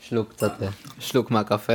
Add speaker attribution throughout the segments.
Speaker 1: שלוק קצת, אה, שלוק מהקפה.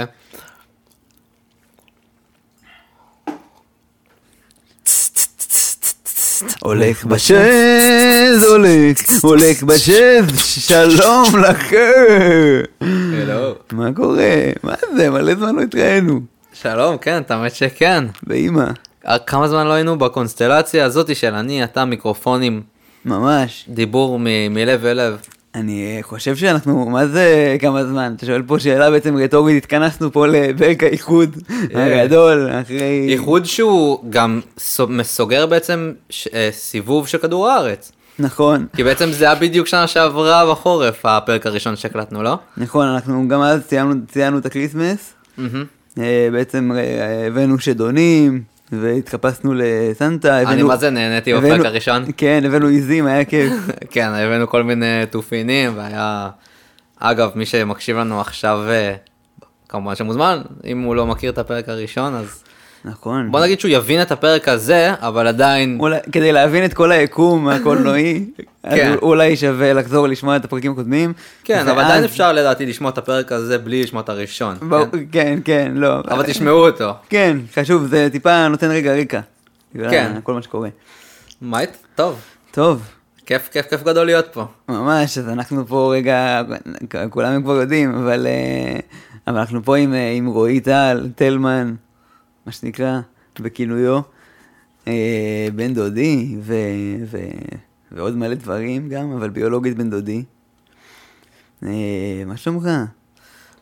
Speaker 2: הולך בשז, הולך, הולך בשז, שלום לכם.
Speaker 1: הלו.
Speaker 2: מה קורה? מה זה? מלא זמן לא התראינו.
Speaker 1: שלום, כן, את האמת שכן.
Speaker 2: ואימא,
Speaker 1: אה, כמה זמן לא היינו בקונסטלציה הזאתי של אני, אתה, מיקרופונים,
Speaker 2: ממש.
Speaker 1: דיבור מ- מלב אל לב.
Speaker 2: אני אה, חושב שאנחנו, מה זה כמה זמן? אתה שואל פה שאלה בעצם רטורית, התכנסנו פה לפרק האיחוד
Speaker 1: אה.
Speaker 2: הגדול, אחרי...
Speaker 1: איחוד שהוא גם סו- מסוגר בעצם ש- אה, סיבוב של כדור הארץ.
Speaker 2: נכון,
Speaker 1: כי בעצם זה היה בדיוק שנה שעברה בחורף, הפרק הראשון שהקלטנו, לא?
Speaker 2: נכון, אנחנו גם אז ציינו- ציינו את הקריסמס.
Speaker 1: מהמם.
Speaker 2: אה, בעצם אה, הבאנו שדונים, והתחפשנו לסנטה,
Speaker 1: אני
Speaker 2: הבאנו...
Speaker 1: מה זה נהניתי
Speaker 2: הבאנו-
Speaker 1: בפרק הראשון.
Speaker 2: כן, הבאנו עיזים, היה כיף.
Speaker 1: כן, הבאנו כל מיני תופינים, והיה... אגב, מי שמקשיב לנו עכשיו, אה, כמובן שמוזמן, אם הוא לא מכיר את הפרק הראשון, אז
Speaker 2: נכון.
Speaker 1: בוא נגיד שהוא יבין את הפרק הזה, אבל עדיין...
Speaker 2: אולי, כדי להבין את כל היקום הקולנועי, אז
Speaker 1: כן.
Speaker 2: אולי שווה לחזור לשמוע את הפרקים הקודמים.
Speaker 1: כן, אבל
Speaker 2: ואז-
Speaker 1: עדיין אפשר לדעתי לשמוע את הפרק הזה בלי לשמוע את הראשון.
Speaker 2: ברור,
Speaker 1: כן?
Speaker 2: כן, כן, לא.
Speaker 1: אבל תשמעו אותו.
Speaker 2: כן, חשוב, זה טיפה נותן רגע רקע. בגלל
Speaker 1: כן.
Speaker 2: כל מה שקורה.
Speaker 1: מה, היית? טוב,
Speaker 2: טוב,
Speaker 1: כיף, כיף, כיף גדול להיות פה.
Speaker 2: ממש, אז אנחנו פה רגע, כולם הם כבר יודעים, אבל, אה, אבל אנחנו פה עם, אה, עם רועי טל, תלמן, מה שנקרא, בכינויו, אה, בן דודי, ו, ו, ועוד מלא דברים גם, אבל ביולוגית בן דודי. אה, מה שלומך?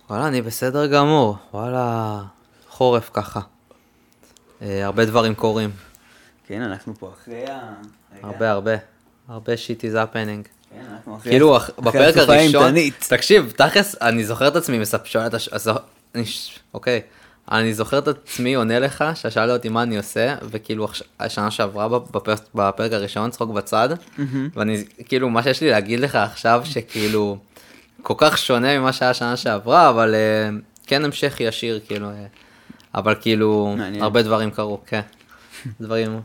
Speaker 1: וואלה, אני בסדר גמור. וואלה, חורף ככה. אה, הרבה דברים קורים.
Speaker 2: כן, אנחנו פה אחרי ה... רגע.
Speaker 1: הרבה, הרבה. הרבה שיט is happening.
Speaker 2: כן, אנחנו אחרי-
Speaker 1: כאילו אח-
Speaker 2: אחרי
Speaker 1: בפרק
Speaker 2: הסופה
Speaker 1: הראשון,
Speaker 2: האימתנית. תקשיב.
Speaker 1: תקשיב, תכלס, אני זוכר את עצמי מספ- שואל את הש... אז- אני ש- אוקיי, אני זוכר את עצמי עונה לך, ששאלת אותי מה אני עושה, וכאילו עכש- השנה שעברה בפרק, בפרק הראשון, צחוק בצד, ואני כאילו, מה שיש לי להגיד לך עכשיו, שכאילו, כל כך שונה ממה שהיה שנה שעברה, אבל אה, כן המשך ישיר, כאילו, אה, אבל כאילו,
Speaker 2: מעניין.
Speaker 1: הרבה דברים קרו, כן. דברים,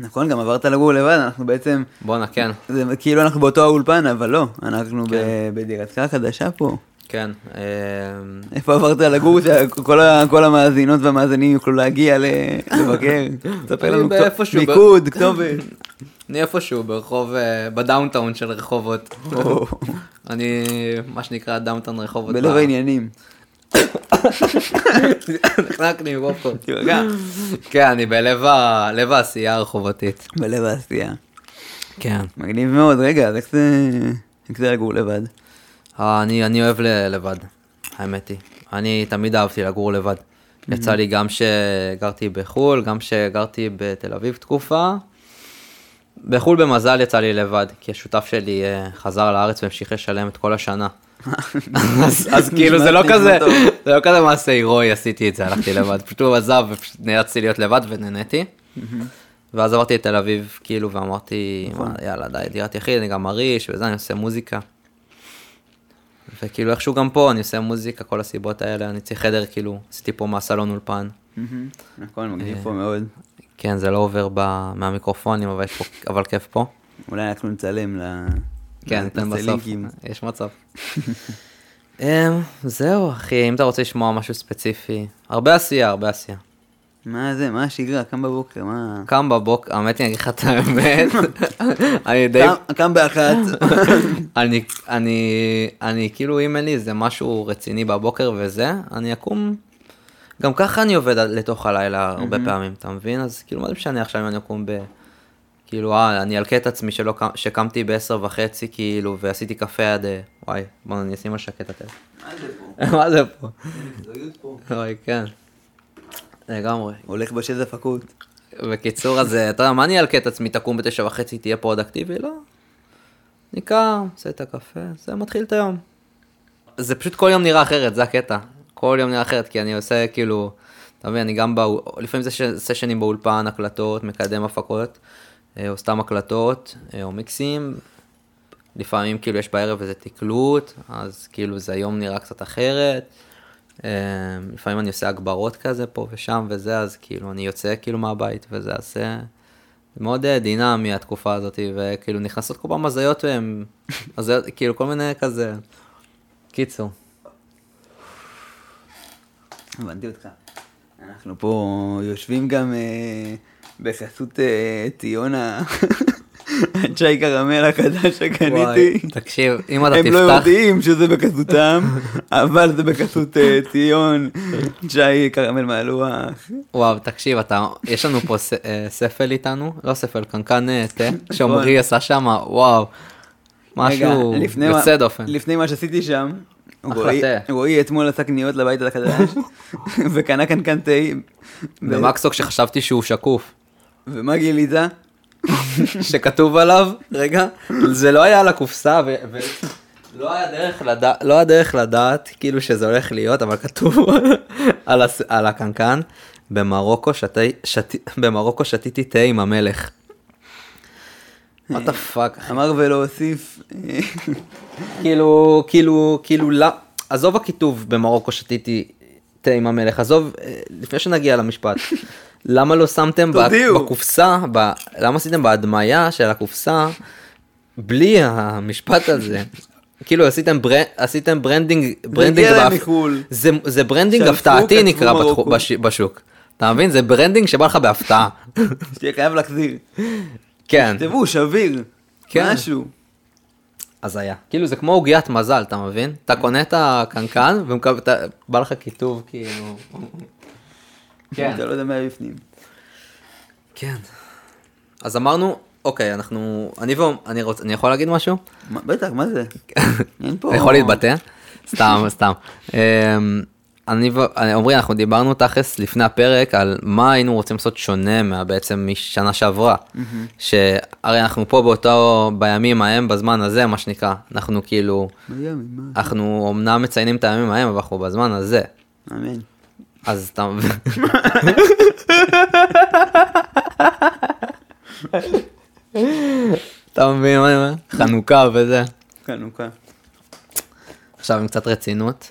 Speaker 2: נכון, גם עברת לגור לבד, אנחנו בעצם...
Speaker 1: בואנה, כן.
Speaker 2: זה כאילו אנחנו באותו האולפן, אבל לא, אנחנו ב- בדירתך החדשה פה.
Speaker 1: כן, אה,
Speaker 2: איפה עברת לגור שכל ה- כל המאזינות והמאזינים יוכלו להגיע ל- לבקר? תספר
Speaker 1: אני
Speaker 2: לנו כתוב-
Speaker 1: באיפשהו ב-
Speaker 2: מיקוד, כתובת.
Speaker 1: אני איפשהו ברחוב, אה, בדאונטאון של רחובות.
Speaker 2: או,
Speaker 1: אני, מה שנקרא דאונטאון רחובות.
Speaker 2: בלב העניינים.
Speaker 1: נחנקתי מפופקורן.
Speaker 2: תירגע.
Speaker 1: כן, אני בלב ה- לב העשייה הרחובתית.
Speaker 2: בלב העשייה.
Speaker 1: כן.
Speaker 2: מגניב מאוד, רגע, אז איך זה... איך זה לגור לבד?
Speaker 1: אה, אני אני אוהב ל- לבד, האמת היא. אני תמיד אהבתי לגור לבד. יצא לי גם שגרתי בחו"ל, גם שגרתי בתל אביב תקופה. בחו"ל במזל יצא לי לבד, כי השותף שלי אה, חזר לארץ והמשיך לשלם את כל השנה. אז, אז כאילו זה לא
Speaker 2: נשמע
Speaker 1: כזה,
Speaker 2: טוב.
Speaker 1: זה לא כזה מעשה הירואי עשיתי את זה, הלכתי לבד, פשוט הוא עזב ונאלצתי להיות לבד ונהניתי. ואז עברתי לתל אביב כאילו ואמרתי
Speaker 2: נכון.
Speaker 1: "מה, יאללה די דירת יחיד אני גם מרעיש וזה אני עושה מוזיקה. וכאילו איכשהו גם פה אני עושה מוזיקה כל הסיבות האלה אני צריך חדר כאילו עשיתי פה מהסלון אולפן.
Speaker 2: נכון, מגניב פה מאוד.
Speaker 1: כן זה לא עובר ב... מהמיקרופונים אבל, יש פה... אבל כיף פה.
Speaker 2: אולי אנחנו נצלם ל...
Speaker 1: כן, ניתן
Speaker 2: נעשה
Speaker 1: בסוף,
Speaker 2: לינקים.
Speaker 1: יש מצב. אמ, זהו אחי, אם אתה רוצה לשמוע משהו ספציפי, הרבה עשייה, הרבה עשייה.
Speaker 2: מה זה, מה השגרה? קם בבוקר, מה...
Speaker 1: קם בבוקר, האמת היא, אני אגיד לך את האמת, אני די,
Speaker 2: קם- קם באחת.
Speaker 1: אני, אני, אני כאילו אם אין לי איזה משהו רציני בבוקר וזה, אני אקום, גם ככה אני עובד עד- לתוך הלילה הרבה פעמים, אתה מבין? אז כאילו מה זה משנה עכשיו אם אני אקום ב... כאילו, אה, אני אלקה את עצמי שלא, קם- שקמתי בעשר וחצי, כאילו, ועשיתי קפה עד... אה, וואי, בוא, אני אשים על שקט את הטלפון.
Speaker 2: מה זה פה?
Speaker 1: מה זה פה?
Speaker 2: מקצועיות פה.
Speaker 1: אוי, כן. לגמרי.
Speaker 2: הולך בשזף הכות.
Speaker 1: בקיצור, אז אה, אתה יודע, מה אני אלקה את עצמי, תקום בתשע וחצי, תהיה פה עוד אקטיבי? לא. אני קם, עושה את הקפה, זה מתחיל את היום. זה פשוט כל יום נראה אחרת, זה הקטע. כל יום נראה אחרת, כי אני עושה כאילו, אתה מבין, אני גם, בא, לפעמים זה ש- סשנים באולפן, הקלטות, מקדם הפקות, אה, או סתם הקלטות, אה, או מיקסים. לפעמים כאילו יש בערב איזה תקלוט, אז כאילו זה היום נראה קצת אחרת. אה, לפעמים אני עושה הגברות כזה פה ושם וזה, אז כאילו אני יוצא כאילו מהבית וזה, אז אה, מאוד אה, דינמי התקופה הזאת, וכאילו נכנסות כל פעם הזיות והן, הזיות, כאילו כל מיני כזה, קיצור.
Speaker 2: הבנתי אותך. אנחנו פה יושבים גם אה, בחסות אה, טיונה, הצ'אי קרמל החדש שקניתי.
Speaker 1: וואי, תקשיב, אם אתה
Speaker 2: הם לא
Speaker 1: תפתח,
Speaker 2: יודעים שזה בחסותם, אבל זה בחסות אה, ציון, צ'אי קרמל מהלוח.
Speaker 1: וואו, תקשיב, אתה, יש לנו פה ס- אה, ספל איתנו, לא ספל, קנקן אה, תה, שעמרי עשה שם, וואו, משהו
Speaker 2: רגע, נכון. לפני
Speaker 1: יוצא
Speaker 2: מה-
Speaker 1: דופן.
Speaker 2: לפני מה שעשיתי שם,
Speaker 1: אחלה
Speaker 2: רועי-
Speaker 1: תה.
Speaker 2: רועי אתמול עשה קניות לבית החדש, וקנה קנקן תה, ו-
Speaker 1: ומקסוק שחשבתי שהוא שקוף,
Speaker 2: ומה גילית?
Speaker 1: שכתוב עליו, רגע, זה לא היה על הקופסה, ו- ו- לא היה דרך לדעת, לא היה דרך לדעת, כאילו שזה הולך להיות, אבל כתוב על הס- על הקנקן, במרוקו שתי- שתי- במרוקו שתיתי תה עם המלך. מה אתה פאק,
Speaker 2: אמר ולא הוסיף, אה,
Speaker 1: כאילו, כאילו, כאילו, לא, עזוב הכיתוב במרוקו שתיתי תה עם המלך, עזוב, אה, לפני שנגיע למשפט, למה לא שמתם ב-
Speaker 2: תודיעו.
Speaker 1: בקופסה, ב- למה עשיתם בהדמיה של הקופסה, בלי המשפט הזה, כאילו עשיתם, בר, עשיתם ברנדינג, ברנדינג,
Speaker 2: הגיע להם
Speaker 1: בהפ-
Speaker 2: מחו"ל.
Speaker 1: זה, זה ברנדינג
Speaker 2: שלפו,
Speaker 1: הפתעתי
Speaker 2: כתבו
Speaker 1: נקרא בתחו-
Speaker 2: מרוקו.
Speaker 1: בש, בשוק, אתה מבין? זה ברנדינג שבא לך בהפתעה,
Speaker 2: שתהיה חייב להחזיר.
Speaker 1: כן,
Speaker 2: תכתבו, שביר,
Speaker 1: כן.
Speaker 2: משהו.
Speaker 1: הזיה. כאילו זה כמו עוגיית מזל, אתה מבין? אתה קונה את הקנקן ובא לך כיתוב כאילו... כן.
Speaker 2: אתה לא יודע מה היה בפנים.
Speaker 1: כן. אז אמרנו, אוקיי, אנחנו... אני ואום... אני רוצה... אני יכול להגיד משהו?
Speaker 2: מה- בטח, מה זה? אין פה...
Speaker 1: אתה יכול להתבטא? סתם, סתם. אמ, אני ועומרי, אנחנו דיברנו תכלס לפני הפרק על מה היינו רוצים לעשות שונה מה בעצם משנה שעברה. שהרי אנחנו פה באותו... בימים ההם, בזמן הזה, מה שנקרא. אנחנו כאילו...
Speaker 2: מיאמי, מה?
Speaker 1: אנחנו אמנם מציינים את הימים ההם, אבל אנחנו בזמן הזה.
Speaker 2: אמן.
Speaker 1: אז אתה מבין. אתה מבין מה אני אומר? חנוכה וזה.
Speaker 2: חנוכה.
Speaker 1: עכשיו עם קצת רצינות.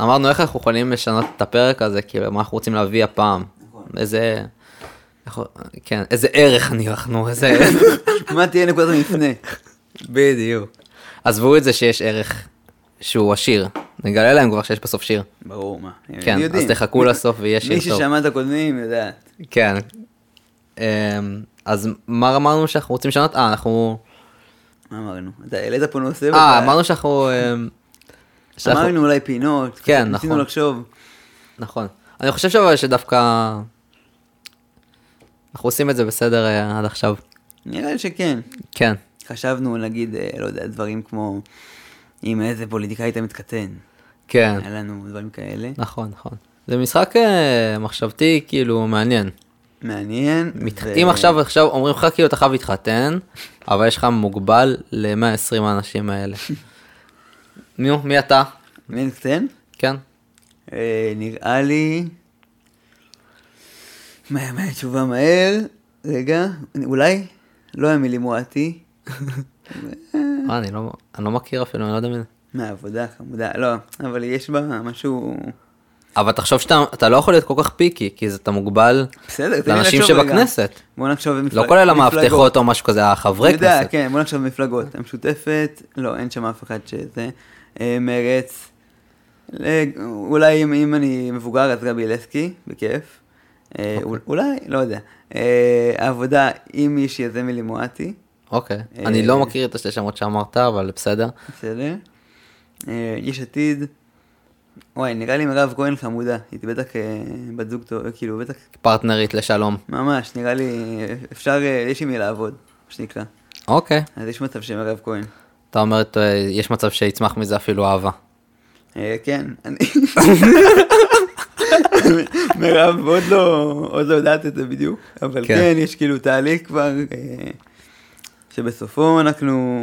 Speaker 1: אמרנו איך אנחנו יכולים לשנות את הפרק הזה, כאילו מה אנחנו רוצים להביא הפעם. איזה... איך- כן, איזה ערך אנחנו, איזה...
Speaker 2: מה תהיה נקודת המפנה?
Speaker 1: בדיוק. עזבו את זה שיש ערך שהוא עשיר. נגלה להם כבר שיש בסוף שיר.
Speaker 2: ברור, מה. הם
Speaker 1: כן,
Speaker 2: יודעים.
Speaker 1: אז תחכו לסוף ויהיה שיר
Speaker 2: מי
Speaker 1: טוב.
Speaker 2: ששמע את הקודמים יודעת.
Speaker 1: כן. אמ, אז מה אמרנו שאנחנו רוצים לשנות? אה, אנחנו...
Speaker 2: מה אמרנו? אתה העלית פה נושא.
Speaker 1: אה,
Speaker 2: ואתה-
Speaker 1: אמרנו שאנחנו... אמ, שאנחנו-
Speaker 2: אמרנו אולי פינות.
Speaker 1: כן,
Speaker 2: קצת
Speaker 1: נכון.
Speaker 2: ניסינו לחשוב.
Speaker 1: נכון. אני חושב אבל שדווקא... אנחנו עושים את זה בסדר אה, עד עכשיו.
Speaker 2: נראה לי שכן.
Speaker 1: כן.
Speaker 2: חשבנו, נגיד, אה, לא יודע, דברים כמו עם איזה פוליטיקאי היית מתחתן.
Speaker 1: כן.
Speaker 2: היה לנו דברים כאלה.
Speaker 1: נכון, נכון. זה משחק אה, מחשבתי כאילו מעניין.
Speaker 2: מעניין.
Speaker 1: מת-
Speaker 2: ו-
Speaker 1: אם עכשיו עכשיו אומרים לך כאילו אתה חייב להתחתן, אבל יש לך מוגבל ל-120 האנשים האלה. נו, מי אתה?
Speaker 2: מי מתחתן?
Speaker 1: כן?
Speaker 2: אה, נראה לי... מה, מה התשובה מהר? רגע, אולי? לא אמילי מואטי.
Speaker 1: אה, אני לא- אני לא מכיר אפילו, אני לא יודע מי זה.
Speaker 2: מהעבודה, חמודה. לא, אבל יש בה משהו...
Speaker 1: אבל תחשוב שאתה אתה לא יכול להיות כל כך פיקי, כי זה- אתה מוגבל
Speaker 2: בסדר, תן לי
Speaker 1: לאנשים
Speaker 2: לחשוב רגע.
Speaker 1: שבכנסת.
Speaker 2: בוא נחשוב במפלגות.
Speaker 1: לא כולל המאבטחות או משהו כזה, החברי
Speaker 2: אני יודע,
Speaker 1: כנסת.
Speaker 2: כן, בוא נחשוב במפלגות. המשותפת, לא, אין שם אף אחד שזה. אה, מרץ, לג- אולי אם, אם אני מבוגר אז גבי לסקי, בכיף. אה, אול- אולי, לא יודע. אה, העבודה עם מישהי אז אמילי מואטי,
Speaker 1: אוקיי,
Speaker 2: אה,
Speaker 1: אני לא מכיר את השתי שמות שאמרת, אבל בסדר.
Speaker 2: בסדר. אה, יש עתיד. וואי, נראה לי מירב כהן חמודה, היא בטח אה, בת זוג טוב, כאילו בטח,
Speaker 1: פרטנרית לשלום.
Speaker 2: ממש, נראה לי, אפשר, אה, יש עם מי לעבוד, מה שנקרא.
Speaker 1: אוקיי,
Speaker 2: אז יש מצב שמירב כהן.
Speaker 1: אתה אומר, אה, יש מצב שיצמח מזה אפילו אהבה.
Speaker 2: אה, כן, אני... מירב עוד לא, עוד לא יודעת את זה בדיוק, אבל
Speaker 1: כן.
Speaker 2: כן, כן יש כאילו תהליך כבר, אה, שבסופו אנחנו...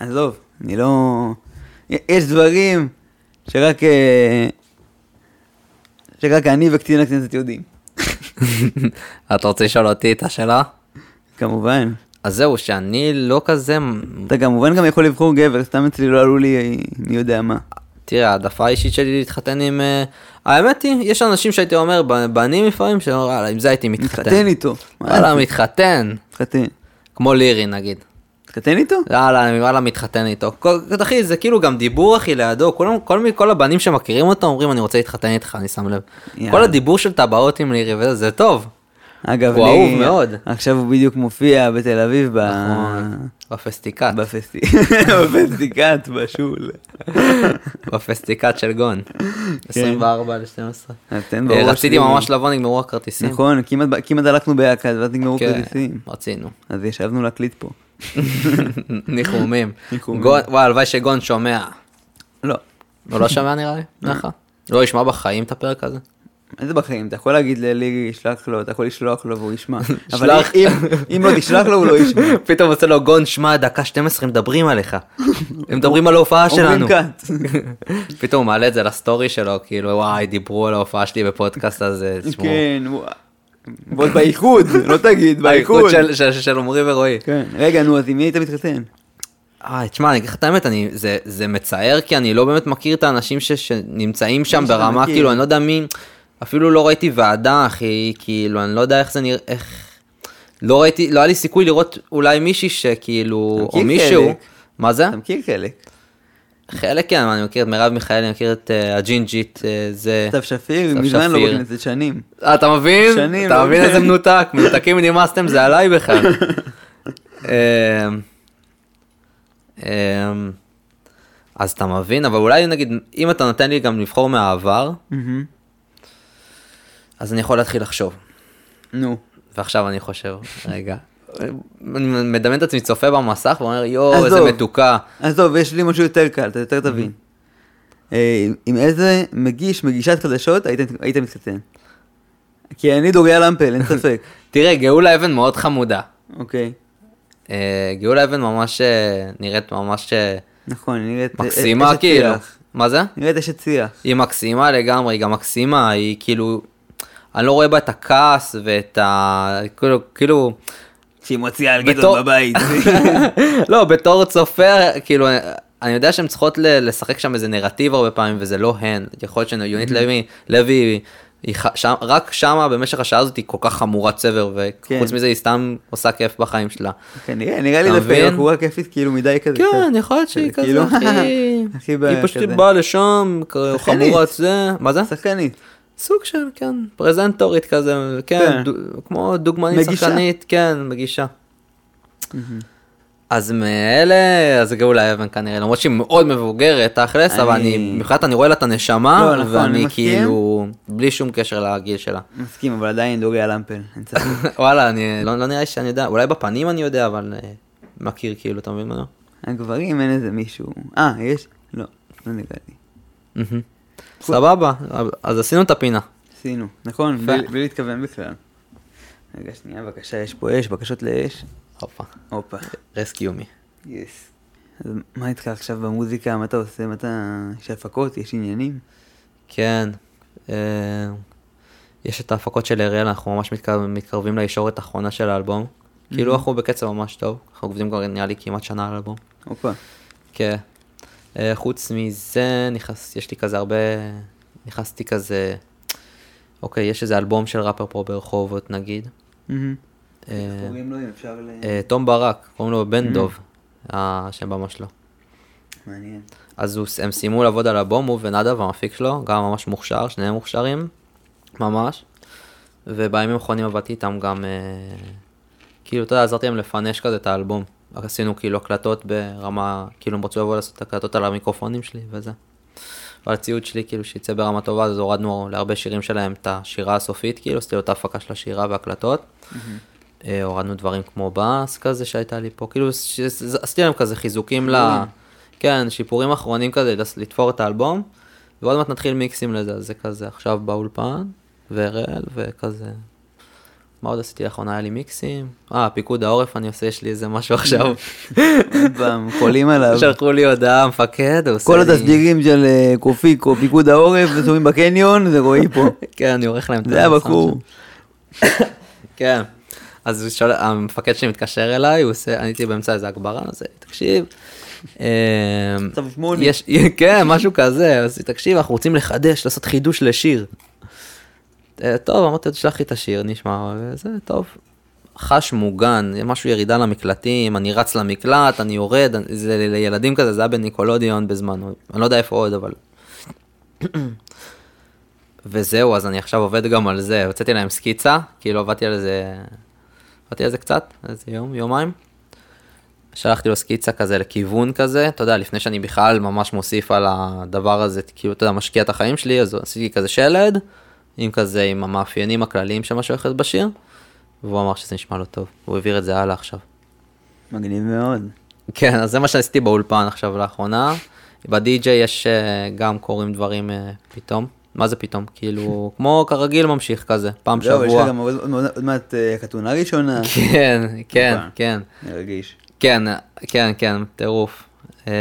Speaker 2: עזוב, אני לא... י- יש דברים שרק, אה, שרק אני וקצין הכנסת יודעים,
Speaker 1: אתה רוצה לשאול אותי את השאלה?
Speaker 2: כמובן.
Speaker 1: אז זהו, שאני לא כזה... מ-
Speaker 2: אתה כמובן גם יכול לבחור גבר, סתם אצלי לא עלו לי אה, מי יודע מה.
Speaker 1: תראה, העדפה האישית שלי להתחתן עם... אה, האמת היא, יש אנשים שהייתי אומר, בנ- בנים לפעמים, שאני אומר, "וואלה, עם זה הייתי מתחתן. אה, לא,
Speaker 2: מתחתן איתו. מה,
Speaker 1: וואלה, מתחתן.
Speaker 2: מתחתן.
Speaker 1: כמו לירי נגיד.
Speaker 2: מתחתן איתו?
Speaker 1: וואלה, אני וואלה מתחתן איתו. כל- אחי, זה כאילו גם דיבור אחי לידו, כולם, כל מי, כל הבנים שמכירים אותו אומרים אני רוצה להתחתן איתך, אני שם לב.
Speaker 2: יאללה.
Speaker 1: כל הדיבור של טבעות עם לירי וזה, זה טוב.
Speaker 2: אגב,
Speaker 1: הוא
Speaker 2: לי-
Speaker 1: אהוב מאוד.
Speaker 2: עכשיו הוא בדיוק מופיע בתל אביב ב...
Speaker 1: נכון. בפסטיקת,
Speaker 2: בפסטי- בפסטיקת, בשול.
Speaker 1: בפסטיקת של גון.
Speaker 2: כן.
Speaker 1: 24 על 12.
Speaker 2: אתן
Speaker 1: אה,
Speaker 2: בראש
Speaker 1: רציתי
Speaker 2: לי-
Speaker 1: ממש לבוא, נגמרו הכרטיסים.
Speaker 2: נכון, כמעט ב- כמעט הלכנו ביחד, ואז נגמרו
Speaker 1: כן,
Speaker 2: כרטיסים.
Speaker 1: רצינו.
Speaker 2: אז ישבנו להקליט פה.
Speaker 1: ניחומים.
Speaker 2: ניחומים.
Speaker 1: גון- וואי, הלוואי שגון שומע.
Speaker 2: לא.
Speaker 1: הוא לא שומע נראה לי?
Speaker 2: אה.
Speaker 1: ככה. לא ישמע בחיים את הפרק הזה?
Speaker 2: איזה בחיים, אתה יכול להגיד ללירי, שלח לו, אתה יכול לשלוח לו והוא ישמע. אבל
Speaker 1: שלח.
Speaker 2: אם- אם לא תשלח לו, הוא לא ישמע.
Speaker 1: פתאום עושה לו גון, שמע, דקה 12 מדברים עליך. הם מדברים על ההופעה
Speaker 2: אומרים
Speaker 1: שלנו.
Speaker 2: קאט.
Speaker 1: פתאום הוא מעלה את זה לסטורי שלו, כאילו, וואי, דיברו על ההופעה שלי בפודקאסט הזה, תשמעו.
Speaker 2: כן, וואי. ועוד באיחוד, לא תגיד, באיחוד.
Speaker 1: האיכות של- של- של עמרי ורועי.
Speaker 2: כן. רגע, נו, אז עם מי היית מתחתן?
Speaker 1: אה, תשמע, אני אגיד לך את האמת, אני- זה- זה מצער, כי אני לא באמת מכיר את האנשים ש- שנמצאים שם
Speaker 2: שאתה
Speaker 1: ברמה,
Speaker 2: מכיר.
Speaker 1: כאילו, אני לא יודע מי, אפילו לא ראיתי ועדה, אחי, כאילו, אני לא יודע איך זה נראה, איך... לא ראיתי, לא היה לי סיכוי לראות אולי מישהי שכאילו,
Speaker 2: אתה
Speaker 1: או
Speaker 2: מכיר
Speaker 1: מישהו,
Speaker 2: חלק.
Speaker 1: מה זה?
Speaker 2: אתה מכיר חלק.
Speaker 1: חלק כן, אבל אני מכיר את מרב מיכאלי, אני מכיר את אה, הג'ינג'ית, אה, זה...
Speaker 2: סתיו שפיר,
Speaker 1: סתיו
Speaker 2: מזמן לא
Speaker 1: שפיר.
Speaker 2: בכנסת, שנים.
Speaker 1: אה, אתה מבין?
Speaker 2: שנים,
Speaker 1: אתה
Speaker 2: לא
Speaker 1: מבין
Speaker 2: יודע.
Speaker 1: איזה מנותק, מנותקים נמאסתם, זה עליי בכלל. אמ, אמ, אז אתה מבין, אבל אולי נגיד, אם אתה נותן לי גם לבחור מהעבר,
Speaker 2: מהמם.
Speaker 1: אז אני יכול להתחיל לחשוב.
Speaker 2: נו.
Speaker 1: ועכשיו אני חושב, רגע. אני מדמיין את עצמי צופה במסך ואומר, יואו,
Speaker 2: עזוב.
Speaker 1: איזה מתוקה.
Speaker 2: עזוב, יש לי משהו יותר קל, אתה יותר תבין. אה, עם- עם איזה מגיש, מגישת חדשות היית- היית מתחתן? כי אני דוריה למפל, אין ספק.
Speaker 1: תראה, גאולה אבן מאוד חמודה.
Speaker 2: אוקיי.
Speaker 1: אה, גאולה אבן ממש אה, נראית ממש אה,
Speaker 2: נכון, היא נראית...
Speaker 1: מקסימה
Speaker 2: אשת
Speaker 1: כאילו.
Speaker 2: שיח.
Speaker 1: מה זה?
Speaker 2: נראית אשת שיח.
Speaker 1: היא מקסימה לגמרי, היא גם מקסימה, היא כאילו, אני לא רואה בה את הכעס ואת ה... כאילו, כאילו,
Speaker 2: שהיא מוציאה על
Speaker 1: בתור-
Speaker 2: גדעון בבית.
Speaker 1: לא, בתור צופה, כאילו, אני יודע שהן צריכות ל- לשחק שם איזה נרטיב הרבה פעמים, וזה לא הן. יכול להיות
Speaker 2: Mm-hmm.
Speaker 1: שיונית לוי, לוי, היא ח- שם- רק שמה במשך השעה הזאת היא כל כך חמורת צבר, וחוץ
Speaker 2: כן.
Speaker 1: מזה היא סתם עושה כיף בחיים שלה.
Speaker 2: כנראה, אוקיי, נראה לי
Speaker 1: אתה
Speaker 2: דווקא היא
Speaker 1: מבין?
Speaker 2: בחורה כיפית כאילו מדי כזה.
Speaker 1: כן, יכול להיות שהיא
Speaker 2: כזה,
Speaker 1: כזה,
Speaker 2: כאילו,
Speaker 1: הכי...
Speaker 2: הכי ב-
Speaker 1: היא פשוט
Speaker 2: כזה.
Speaker 1: באה לשם, כ-
Speaker 2: שחקנית.
Speaker 1: חמורת זה, מה זה?
Speaker 2: שחקנית.
Speaker 1: סוג של, כן, פרזנטורית כזה, כן,
Speaker 2: כן.
Speaker 1: דו, כמו דוגמנית
Speaker 2: מגישה.
Speaker 1: שחקנית, כן, מגישה. אז מאלה, אז גאולה אבן כנראה, למרות שהיא מאוד מבוגרת, תכלס, אבל
Speaker 2: אני-
Speaker 1: אני, מבחינת אני רואה לה את הנשמה,
Speaker 2: לא, נכון, אני
Speaker 1: ואני
Speaker 2: מסכים.
Speaker 1: כאילו, בלי שום קשר לגיל שלה.
Speaker 2: מסכים, אבל עדיין דוריה למפל. אין ספק.
Speaker 1: וואלה, אני, לא, לא נראה לי שאני יודע, אולי בפנים אני יודע, אבל אה, מכיר כאילו, אתה מבין מה?
Speaker 2: הגברים אין איזה מישהו. אה, יש? לא, לא נראה לי. נכון.
Speaker 1: מהמם. סבבה, אז עשינו את הפינה.
Speaker 2: עשינו, נכון,
Speaker 1: יפה.
Speaker 2: בלי בלי להתכוון בכלל. רגע, שנייה, בבקשה, יש פה אש, בקשות לאש.
Speaker 1: הופה,
Speaker 2: הופה,
Speaker 1: רסקיו מי.
Speaker 2: יס. אז מה איתך עכשיו במוזיקה, מה אתה עושה, מה אתה... יש הפקות, יש עניינים?
Speaker 1: כן. אה, יש את ההפקות של אריאל, אנחנו ממש מתקר- מתקרבים לישורת האחרונה של האלבום. כאילו
Speaker 2: Mm-hmm.
Speaker 1: אנחנו בקצב ממש טוב, אנחנו עובדים כבר נראה לי כמעט שנה על האלבום.
Speaker 2: הופה.
Speaker 1: כן. אה, חוץ מזה, נכנס, יש לי כזה הרבה, נכנסתי כזה, אוקיי, יש איזה אלבום של ראפר פה ברחובות נגיד.
Speaker 2: מהמם.
Speaker 1: אה,
Speaker 2: איך קוראים Mm-hmm. לו, אם אפשר ל...
Speaker 1: אה, תום ברק, קוראים לו בן דוב, השם במה שלו.
Speaker 2: מעניין.
Speaker 1: אז הוא, הם סיימו לעבוד על הבום, הוא ונדב המפיק שלו, גם ממש מוכשר, שניהם מוכשרים, ממש. ובימים האחרונים עבדתי איתם גם, אה, כאילו, אתה יודע, עזרתי להם לפנש כזה את האלבום. עשינו כאילו הקלטות ברמה, כאילו הם רצו לבוא לעשות הקלטות על המיקרופונים שלי וזה. ועל הציוד שלי, כאילו, שיצא ברמה טובה, אז הורדנו להרבה שירים שלהם את השירה הסופית, כאילו, עשיתי לו את ההפקה של השירה והקלטות. אה, הורדנו דברים כמו באס כזה שהייתה לי פה, כאילו ש- ש- עשיתי להם כזה חיזוקים ל... כן, שיפורים אחרונים כזה לס- לתפור את האלבום, ועוד מעט נתחיל מיקסים לזה, אז זה כזה עכשיו באולפן, והראל, וכזה. מה עוד עשיתי לאחרונה? היה לי מיקסים. אה, פיקוד העורף אני עושה, יש לי איזה משהו עכשיו.
Speaker 2: עוד פעם, חולים עליו.
Speaker 1: שלחו לי הודעה, המפקד, הוא עושה
Speaker 2: כל
Speaker 1: לי...
Speaker 2: התסדירים של אה, קופיק או פיקוד העורף, ושומעים בקניון, זה רועי פה.
Speaker 1: כן, אני עורך להם את
Speaker 2: זה
Speaker 1: המסך
Speaker 2: הבחור.
Speaker 1: שם. כן. אז הוא שואל, המפקד שלי מתקשר אליי, הוא עושה, אני הייתי באמצע איזה הגברה, אז תקשיב. אמ,
Speaker 2: צו שמונה.
Speaker 1: יש, כן, משהו כזה, אז תקשיב, אנחנו רוצים לחדש, לעשות חידוש לשיר. אה, טוב, אמרתי לו, תשלח לי את השיר, נשמע, וזה, טוב. חש מוגן, משהו ירידה למקלטים, אני רץ למקלט, אני יורד, אני- זה לילדים כזה, זה היה בניקולודיון בזמנו, אני לא יודע איפה עוד, אבל... וזהו, אז אני עכשיו עובד גם על זה, הוצאתי להם סקיצה, כאילו עבדתי על זה, עבדתי על זה קצת, איזה יום, יומיים. שלחתי לו סקיצה כזה לכיוון כזה, אתה יודע, לפני שאני בכלל ממש מוסיף על הדבר הזה, כאילו, אתה יודע, משקיע את החיים שלי, אז עשיתי כזה שלד, עם כזה, עם המאפיינים הכלליים של מה שהולך להיות בשיר, והוא אמר שזה נשמע לו טוב, הוא העביר את זה הלאה עכשיו.
Speaker 2: מגניב מאוד.
Speaker 1: כן, אז זה מה שעשיתי באולפן עכשיו לאחרונה. בדי-ג'יי יש אה, גם קורים דברים אה, פתאום. מה זה פתאום? כאילו, כמו כרגיל ממשיך כזה, פעם
Speaker 2: זהו, לא, יש
Speaker 1: שבוע.
Speaker 2: לך גם עוד- עוד עוד מעט אה, חתונה ראשונה.
Speaker 1: כן, כן,
Speaker 2: וואו.
Speaker 1: כן.
Speaker 2: מרגיש.
Speaker 1: כן, כן, כן, טירוף. אה,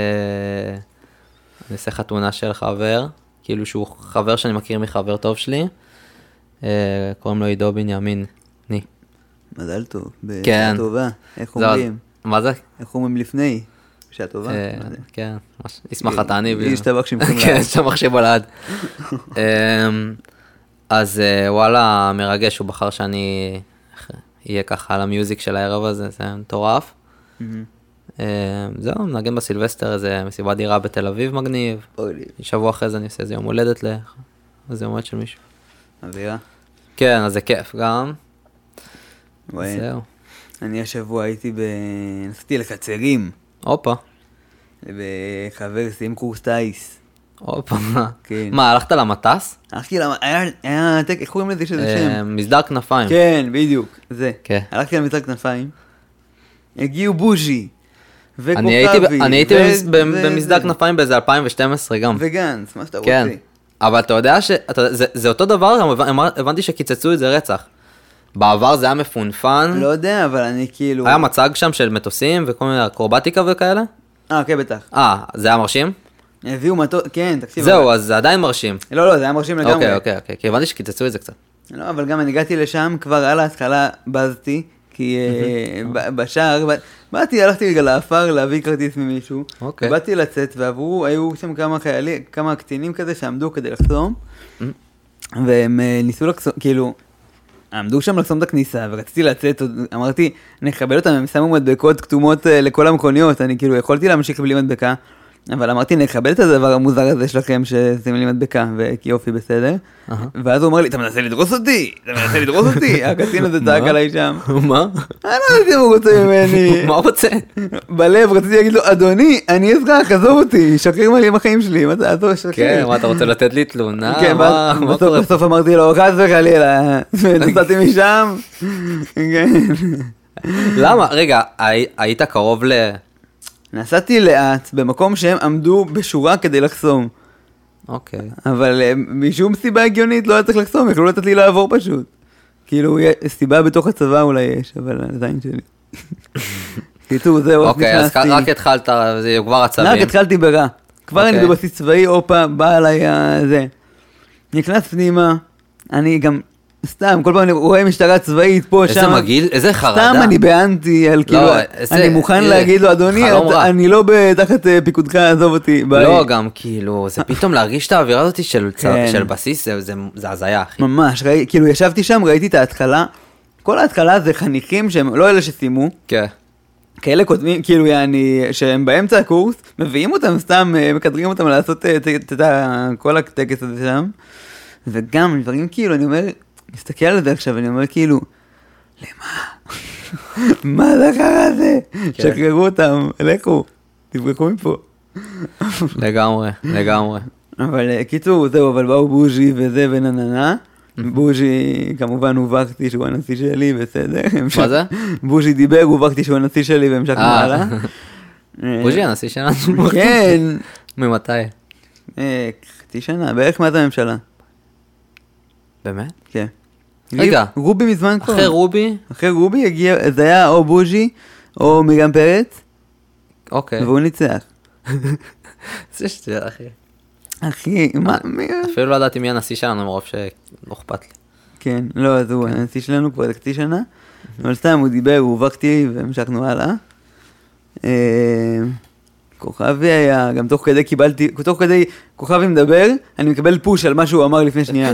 Speaker 1: אני אעשה חתונה של חבר, כאילו שהוא חבר שאני מכיר מחבר טוב שלי. אה, קוראים לו עידו בנימין. ני.
Speaker 2: מזל טוב.
Speaker 1: כן.
Speaker 2: בשעה טובה. איך
Speaker 1: זהו, אז-
Speaker 2: אומרים?
Speaker 1: מה זה?
Speaker 2: איך אומרים לפני? בשעה טובה.
Speaker 1: אה,
Speaker 2: מה זה?
Speaker 1: כן, ממש, ישמח אתה אני.
Speaker 2: אה, לי ישתבח שמכם לעד.
Speaker 1: כן, ישתבח שמולד. אז אה, וואלה, מרגש, הוא בחר שאני אהיה ככה על המיוזיק של הערב הזה, זה מטורף.
Speaker 2: מהמם.
Speaker 1: אה, זהו, מנגן בסילבסטר איזה מסיבת דירה בתל אביב מגניב.
Speaker 2: אוי לי.
Speaker 1: שבוע אחרי זה אני עושה איזה יום הולדת ל... איזה יום הולדת של מישהו.
Speaker 2: אווירה.
Speaker 1: כן, אז זה כיף גם.
Speaker 2: וואי.
Speaker 1: זהו.
Speaker 2: אני השבוע הייתי ב... נסעתי לקצרים.
Speaker 1: הופה.
Speaker 2: וחבר סיים קורס טיס.
Speaker 1: הופה.
Speaker 2: כן.
Speaker 1: מה, הלכת למטס?
Speaker 2: הלכתי למ... היה... היה... טק- איך קוראים לזה שזה
Speaker 1: אה,
Speaker 2: שם?
Speaker 1: מסדר כנפיים.
Speaker 2: כן, בדיוק. זה.
Speaker 1: כן.
Speaker 2: הלכתי למצעד כנפיים. הגיעו בוז'י. וכוכבי.
Speaker 1: אני הייתי, ב- אני הייתי
Speaker 2: ו-
Speaker 1: במס- במ-
Speaker 2: זה-
Speaker 1: במסדר
Speaker 2: זה. אוקיי.
Speaker 1: כנפיים באיזה 2012 גם.
Speaker 2: וגנץ, מה שאתה רוצה.
Speaker 1: כן. אבל אתה יודע ש... אתה, זה, זה אותו דבר, גם הבנ- אמר- הבנתי שקיצצו את זה רצח. בעבר זה היה מפונפן,
Speaker 2: לא יודע, אבל אני כאילו...
Speaker 1: היה מצג שם של מטוסים וכל מיני אקרובטיקה וכאלה.
Speaker 2: אה, כן, בטח.
Speaker 1: אה, זה היה מרשים?
Speaker 2: הביאו מטוס, כן, תקשיב.
Speaker 1: זהו,
Speaker 2: אבל-
Speaker 1: אז זה עדיין מרשים.
Speaker 2: לא, לא, זה היה מרשים לגמרי.
Speaker 1: אוקיי, אוקיי, אוקיי, כי הבנתי שקיצצו את זה קצת.
Speaker 2: לא, אבל גם אני הגעתי לשם, כבר על ההתחלה בזתי, כי אה, ב- בשער, ב- באתי, הלכתי רגע לעפר להביא כרטיס ממישהו,
Speaker 1: אוקיי.
Speaker 2: באתי לצאת, ועברו, היו שם כמה חיילים, כמה קטינים כזה שעמדו כדי לחסום, והם אה, ניסו לחסום, כאילו, עמדו שם לחסום את הכניסה, ורציתי לצאת, עוד- אמרתי, אני אכבד אותם, הם שמו מדבקות כתומות אה, לכל המכוניות, אני כאילו יכולתי להמשיך בלי מדבקה, אבל אמרתי, נכבד את הדבר המוזר הזה שלכם, ששמים לי מדבקה, וכי יופי, בסדר.
Speaker 1: אהה.
Speaker 2: ואז הוא אמר לי, אתה מנסה לדרוס אותי, אתה מנסה לדרוס אותי, הקצין הזה צעק
Speaker 1: מה?
Speaker 2: עליי שם.
Speaker 1: מה?
Speaker 2: אני לא יודעת אם הוא רוצה ממני.
Speaker 1: מה הוא רוצה?
Speaker 2: בלב רציתי להגיד לו, אדוני, אני אזרח, עזוב אותי, שחרר מה לי עם החיים שלי, מה זה, עזוב, שחרר.
Speaker 1: כן, מה, אתה רוצה לתת לי תלונה?
Speaker 2: כן,
Speaker 1: אה, מה-
Speaker 2: ואז
Speaker 1: מה
Speaker 2: בסוף
Speaker 1: קורה?
Speaker 2: בסוף אמרתי לו, חס וחלילה, נסעתי משם. כן.
Speaker 1: למה? רגע, הי- היית קרוב ל...
Speaker 2: נסעתי לאט במקום שהם עמדו בשורה כדי לחסום,
Speaker 1: אוקיי.
Speaker 2: אבל אה, משום סיבה הגיונית לא היה צריך לחסום, יכלו לתת לי לעבור פשוט. כאילו, יש- סיבה בתוך הצבא אולי יש, אבל הזין שלי. קיצור, זהו, אז
Speaker 1: אוקיי, אז כ-
Speaker 2: לא נכנסתי. לא,
Speaker 1: רק התחלת, זה כבר
Speaker 2: רק
Speaker 1: עצבים.
Speaker 2: התחלתי ברע. כבר אני
Speaker 1: אוקיי.
Speaker 2: בבסיס צבאי, הופה, בא עליי זה. נכנס פנימה, אני גם, סתם, כל פעם אני רואה משטרה צבאית פה, שם.
Speaker 1: איזה מגעיל, איזה חרדה.
Speaker 2: סתם אני באנטי, על כאילו,
Speaker 1: איזה-
Speaker 2: אני מוכן
Speaker 1: איזה
Speaker 2: להגיד לו, אדוני,
Speaker 1: חלום
Speaker 2: אתה-
Speaker 1: רע."
Speaker 2: אני לא ב- תחת אה, פיקודך, עזוב אותי, ביי.
Speaker 1: לא, גם כאילו, זה פתאום להרגיש את האווירה הזאת של צ-
Speaker 2: כן.
Speaker 1: של בסיס, זה- זה- זה הזיה, אחי.
Speaker 2: ממש, ראי- כאילו, ישבתי שם, ראיתי את ההתחלה. כל ההתחלה זה חניכים שהם לא אלה שסיימו,
Speaker 1: כן.
Speaker 2: כאלה כותבים, כאילו יעני, שהם באמצע הקורס, מביאים אותם סתם, אה, מקדרים אותם לעשות אה, את- את- את ה- כל הטקס הזה שם. וגם דברים כאילו, אני אומר, מסתכל על זה עכשיו, אני אומר כאילו, למה? מה זה החרא הזה?
Speaker 1: כן.
Speaker 2: שחררו אותם, לכו, תברחו מפה.
Speaker 1: לגמרי, לגמרי.
Speaker 2: אבל אה, קיצור, זהו, אבל באו בוז'י וזה ונננה. בוז'י, כמובן הובכתי שהוא הנשיא שלי, בסדר.
Speaker 1: מה זה?
Speaker 2: בוז'י דיבר, הובכתי שהוא הנשיא שלי והמשכנו
Speaker 1: אה.
Speaker 2: הלאה. אה,
Speaker 1: בוז'י הנשיא שלנו.
Speaker 2: כן,
Speaker 1: ממתי?
Speaker 2: אה, חצי שנה, בערך מאז הממשלה.
Speaker 1: באמת?
Speaker 2: כן.
Speaker 1: רגע.
Speaker 2: ריב- רובי מזמן כבר.
Speaker 1: אחרי רובי?
Speaker 2: אחרי רובי הגיע, זה היה או בוז'י או מרים פרץ,
Speaker 1: אוקיי.
Speaker 2: והוא ניצח.
Speaker 1: זה שטויות, אחי.
Speaker 2: אחי, מה, מי...
Speaker 1: אפילו לא ידעתי מי הנשיא שלנו מרוב שלא אכפת לי.
Speaker 2: כן, לא, אז הוא הנשיא שלנו כבר חצי שנה, אבל סתם, הוא דיבר, הובקתי והמשכנו הלאה. אה, כוכבי היה, גם תוך כדי קיבלתי, תוך כדי כוכבי מדבר, אני מקבל פוש על מה שהוא אמר לפני שנייה.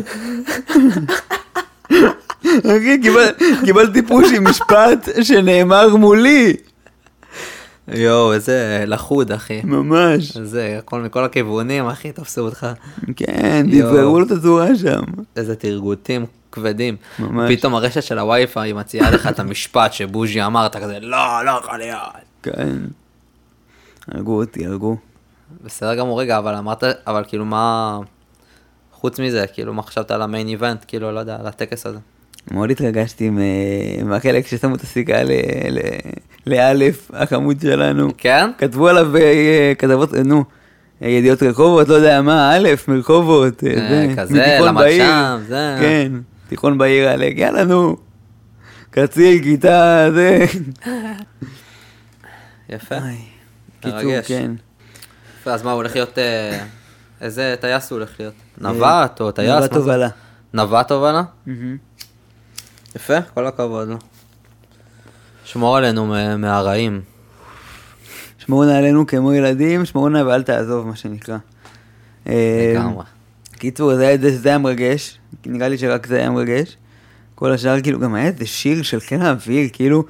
Speaker 2: אחי, קיבל, קיבלתי פוש עם משפט שנאמר מולי,
Speaker 1: יואו, איזה לחוד, אחי.
Speaker 2: ממש.
Speaker 1: זה הכל מכל הכיוונים, אחי, תפסו אותך.
Speaker 2: כן,
Speaker 1: יואו.
Speaker 2: דבררו לו את הצורה שם.
Speaker 1: איזה תרגותים כבדים.
Speaker 2: ממש.
Speaker 1: פתאום הרשת של הווי-פיי מציעה לך את המשפט שבוז'י אמר, אתה כזה, לא, לא יכול להיות.
Speaker 2: כן. הרגו אותי, הרגו.
Speaker 1: בסדר גמור, רגע, אבל אמרת, אבל כאילו מה... חוץ מזה, כאילו, מה חשבת על המיין איבנט, כאילו, לא יודע, על הטקס הזה.
Speaker 2: מאוד התרגשתי מה- מהחלק ששמו את הסיכה ל- ל- לאלף, החמוד שלנו.
Speaker 1: כן?
Speaker 2: כתבו עליו אה, כתבות, אה, נו, אה, ידיעות רחובות, לא יודע מה, א', מרחובות, אה,
Speaker 1: אה,
Speaker 2: זה,
Speaker 1: כזה,
Speaker 2: מתיכון
Speaker 1: למד
Speaker 2: בעיר.
Speaker 1: שם, זה.
Speaker 2: כן, תיכון בעיר עלק, יאללה נו. קציל, כיתה, זה.
Speaker 1: יפה.
Speaker 2: איי, קיצור,
Speaker 1: מרגש.
Speaker 2: כן.
Speaker 1: יפה, אז מה, הוא הולך להיות... אה, איזה טייס הוא הולך להיות?
Speaker 2: אה,
Speaker 1: נווט או טייס? מה
Speaker 2: נראה
Speaker 1: זה?
Speaker 2: תובלה.
Speaker 1: נווט תובלה? יפה, כל הכבוד לו. שמור עלינו מ- מהרעים.
Speaker 2: שמרו נא עלינו כמו ילדים, שמרו נא ואל תעזוב, מה שנקרא. אה,
Speaker 1: לגמרי.
Speaker 2: קיצור, זה היה- זה זה היה מרגש, נראה לי שרק זה היה מרגש. כל השאר, כאילו, גם היה איזה שיר של חיל האוויר, כאילו,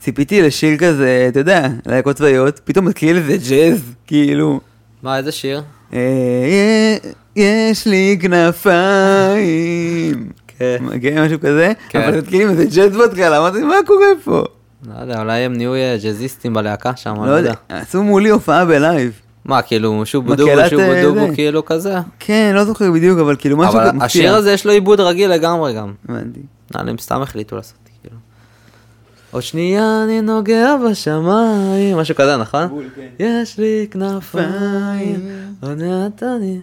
Speaker 2: ציפיתי לשיר כזה, אתה יודע, להקות צבאיות, פתאום מתחיל איזה ג'אז, כאילו,
Speaker 1: מה, איזה שיר?
Speaker 2: אה, יש לי כנפיים,
Speaker 1: כן.
Speaker 2: כן, משהו כזה,
Speaker 1: כן.
Speaker 2: אבל מתחילים איזה ג'אז בהתחלה, אמרתי, מה קורה פה?
Speaker 1: לא יודע, אולי הם נהיו אה, ג'אזיסטים בלהקה שם,
Speaker 2: לא יודע, עשו מולי הופעה בלייב.
Speaker 1: מה, כאילו, שובו דובו,
Speaker 2: מקהלת,
Speaker 1: שובו
Speaker 2: אה,
Speaker 1: דובו,
Speaker 2: זה.
Speaker 1: כאילו כזה.
Speaker 2: כן, לא זוכר בדיוק, אבל כאילו משהו
Speaker 1: אבל
Speaker 2: מפתיע.
Speaker 1: השיר הזה יש לו עיבוד רגיל לגמרי גם.
Speaker 2: הבנתי.
Speaker 1: נעלה, הם סתם החליטו לעשות, כאילו. עוד שנייה אני נוגע בשמיים, משהו כזה, נכון?
Speaker 2: כן.
Speaker 1: יש לי כנפיים, עוד מעט אני...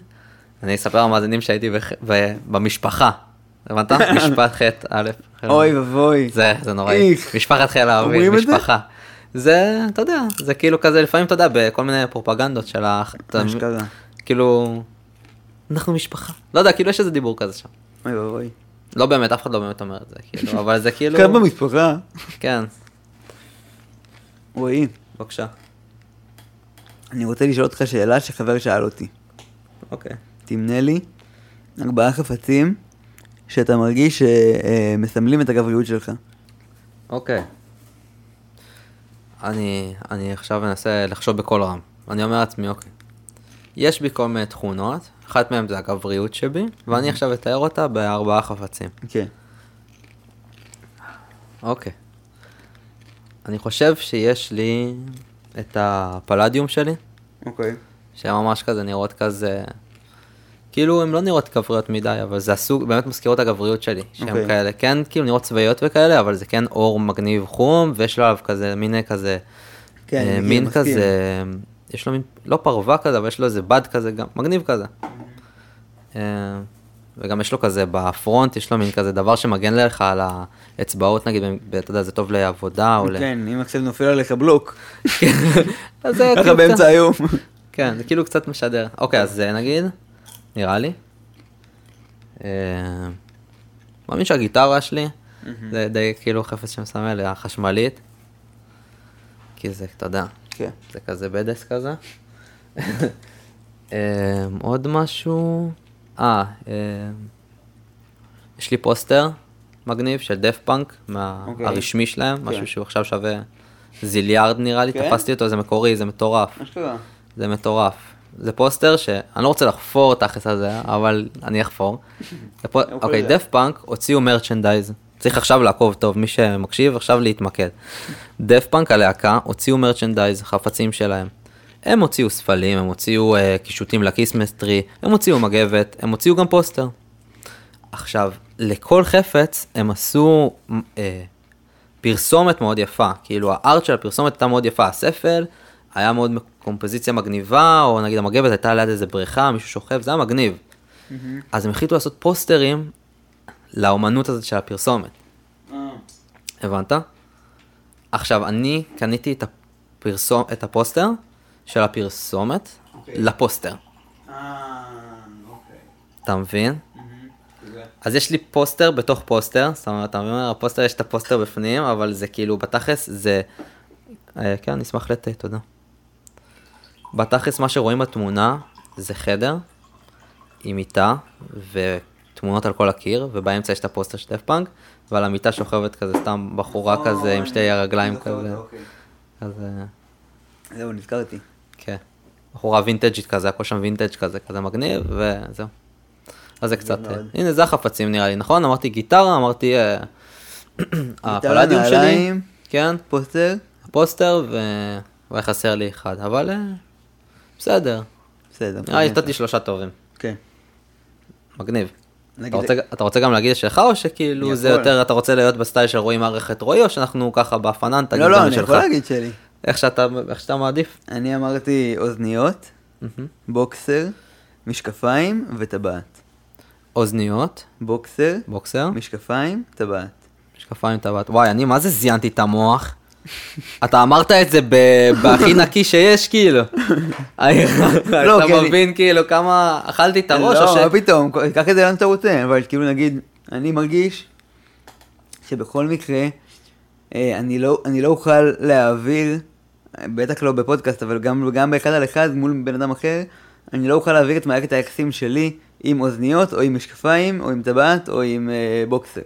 Speaker 1: אני אספר למאזינים שהייתי בח- ב- במשפחה. הבנת? משפט ח' א'.
Speaker 2: אוי ואבוי.
Speaker 1: כן. זה, זה נוראי.
Speaker 2: איך.
Speaker 1: משפחת חיל האוויר,
Speaker 2: אומרים את זה?
Speaker 1: משפחה. זה, אתה יודע, זה כאילו כזה, לפעמים, אתה יודע, בכל מיני פרופגנדות של ה... אתה-
Speaker 2: אשכרה.
Speaker 1: כאילו, אנחנו משפחה. לא יודע, כאילו יש איזה דיבור כזה שם.
Speaker 2: אוי ואבוי.
Speaker 1: לא באמת, אף אחד לא באמת אומר את זה, כאילו, אבל זה כאילו...
Speaker 2: כאן במשפחה,
Speaker 1: כן,
Speaker 2: רועי,
Speaker 1: בבקשה.
Speaker 2: אני רוצה לשאול אותך שאלה שחבר שאל אותי.
Speaker 1: אוקיי.
Speaker 2: תמנה לי ארבעה חפצים שאתה מרגיש שמסמלים את הגבריות שלך.
Speaker 1: אוקיי. אני, אני עכשיו מנסה לחשוב בקול רם. אני אומר לעצמי, אוקיי. יש בי כל מיני תכונות, אחת מהן זה הגבריות שבי, ואני עכשיו אתאר אותה בארבעה חפצים.
Speaker 2: כן.
Speaker 1: אוקיי. אני חושב שיש לי את הפלדיום שלי,
Speaker 2: אוקיי.
Speaker 1: שהן ממש כזה נראות כזה... כאילו, הן לא נראות גבריות מדי, אבל זה הסוג, באמת מזכירות הגבריות שלי, שהן
Speaker 2: אוקיי.
Speaker 1: okay. כאלה, כן, כאילו נראות צבאיות וכאלה, אבל זה כן אור מגניב חום, ויש לו עליו כזה, מין כזה,
Speaker 2: כן, אני
Speaker 1: אה,
Speaker 2: מכיר,
Speaker 1: מין
Speaker 2: מסכים.
Speaker 1: כזה, יש לו מין, לא פרווה כזה, אבל יש לו איזה בד כזה, גם, מגניב כזה.
Speaker 2: אוקיי.
Speaker 1: אה, וגם יש לו כזה, בפרונט יש לו מין כזה דבר שמגן לך על האצבעות, נגיד, ב- אתה יודע, זה טוב לעבודה, או ל...
Speaker 2: כן, אם עכשיו נופל עליך בלוק,
Speaker 1: כן. אז זה
Speaker 2: ככה
Speaker 1: כאילו קצת-
Speaker 2: באמצע היום.
Speaker 1: כן, זה כאילו קצת משדר. אוקיי, אז זה נגיד, נראה לי. אה, מאמין שהגיטרה שלי, זה די כאילו חפץ שמסמל, החשמלית. כי זה, אתה יודע,
Speaker 2: כן.
Speaker 1: זה כזה בדס כזה. אה, עוד משהו? אה, אה, יש לי פוסטר מגניב של דף פאנק, מה-
Speaker 2: אוקיי.
Speaker 1: הרשמי שלהם,
Speaker 2: כן.
Speaker 1: משהו שהוא עכשיו שווה זיליארד נראה לי,
Speaker 2: כן?
Speaker 1: תפסתי אותו, זה מקורי, זה מטורף.
Speaker 2: מה שקרה?
Speaker 1: זה מטורף. זה פוסטר שאני לא רוצה לחפור תכלס על זה, אבל אני אחפור. זה פו-
Speaker 2: אוקיי.
Speaker 1: אוקיי, דף פאנק הוציאו מרצ'נדייז. צריך עכשיו לעקוב טוב, מי שמקשיב עכשיו להתמקד. דף פאנק הלהקה הוציאו מרצ'נדייז, חפצים שלהם. הם הוציאו ספלים, הם הוציאו אה, קישוטים לקיסמסטרי, הם הוציאו מגבת, הם הוציאו גם פוסטר. עכשיו, לכל חפץ הם עשו אה, פרסומת מאוד יפה, כאילו הארט של הפרסומת הייתה מאוד יפה, הספל היה מאוד מק- קומפוזיציה מגניבה, או נגיד המגבת הייתה ליד איזה בריכה, מישהו שוכב, זה היה מגניב. אז הם החליטו לעשות פוסטרים לאומנות הזאת של הפרסומת,
Speaker 2: אה,
Speaker 1: הבנת? עכשיו, אני קניתי את, הפרסום, את הפוסטר של הפרסומת לפוסטר,
Speaker 2: אה, אוקיי.
Speaker 1: אתה מבין? אז יש לי פוסטר בתוך פוסטר, זאת אומרת, אתה מבין, הפוסטר יש את הפוסטר בפנים, אבל זה כאילו, בתכלס זה... אה, כן, אני אשמח לתה, תודה. בתכלס מה שרואים בתמונה זה חדר עם מיטה ותמונות על כל הקיר, ובאמצע יש את הפוסטר של דף פאנק, ועל המיטה שוכבת כזה סתם בחורה כזה עם שתי הרגליים כזה.
Speaker 2: אוקיי.
Speaker 1: אה, כזה...
Speaker 2: נכון, זהו, נזכרתי.
Speaker 1: כן. בחורה וינטג'ית כזה, הכל שם וינטג' כזה, כזה מגניב, וזהו. אז זה קצת, אה,
Speaker 2: מאוד.
Speaker 1: הנה זה החפצים נראה לי, נכון? אמרתי גיטרה, אמרתי אה, הפלדיום שלי,
Speaker 2: נעליים.
Speaker 1: כן,
Speaker 2: פוסטר?
Speaker 1: הפוסטר, ו... והיה חסר לי אחד, אבל אה, בסדר,
Speaker 2: בסדר.
Speaker 1: נראה לי נתתי שלושה טובים,
Speaker 2: כן.
Speaker 1: מגניב. אתה
Speaker 2: נגיד-
Speaker 1: רוצה- אתה רוצה גם להגיד את שלך, או שכאילו
Speaker 2: אני
Speaker 1: זה
Speaker 2: יכול.
Speaker 1: יותר, אתה רוצה להיות בסטייל של רועי מערכת רועי, או שאנחנו ככה באפנן, תגיד
Speaker 2: לא, לא,
Speaker 1: גם את
Speaker 2: אני
Speaker 1: שלך,
Speaker 2: יכול להגיד שלי.
Speaker 1: איך שאתה איך שאתה מעדיף.
Speaker 2: אני אמרתי אוזניות,
Speaker 1: מהמם.
Speaker 2: בוקסר, משקפיים וטבעת.
Speaker 1: אוזניות,
Speaker 2: בוקסר,
Speaker 1: בוקסר.
Speaker 2: משקפיים, טבעת.
Speaker 1: משקפיים טבעת. וואי, אני מה זה זיינתי את המוח? אתה אמרת את זה ב- בהכי נקי שיש, כאילו. אתה
Speaker 2: לא, כי אני-
Speaker 1: מבין, כאילו, כמה אכלתי את הראש, או
Speaker 2: לא,
Speaker 1: ש...
Speaker 2: מה פתאום, קח את זה לאן שאתה רוצה, אבל כאילו נגיד, אני מרגיש שבכל מקרה, אה, אני לא, אני לא אוכל להעביר, אה, בטח לא בפודקאסט, אבל גם, גם באחד על אחד מול בן אדם אחר, אני לא אוכל להעביר את מערכת היחסים שלי עם אוזניות, או עם משקפיים, או עם טבעת, או עם אה, בוקסר.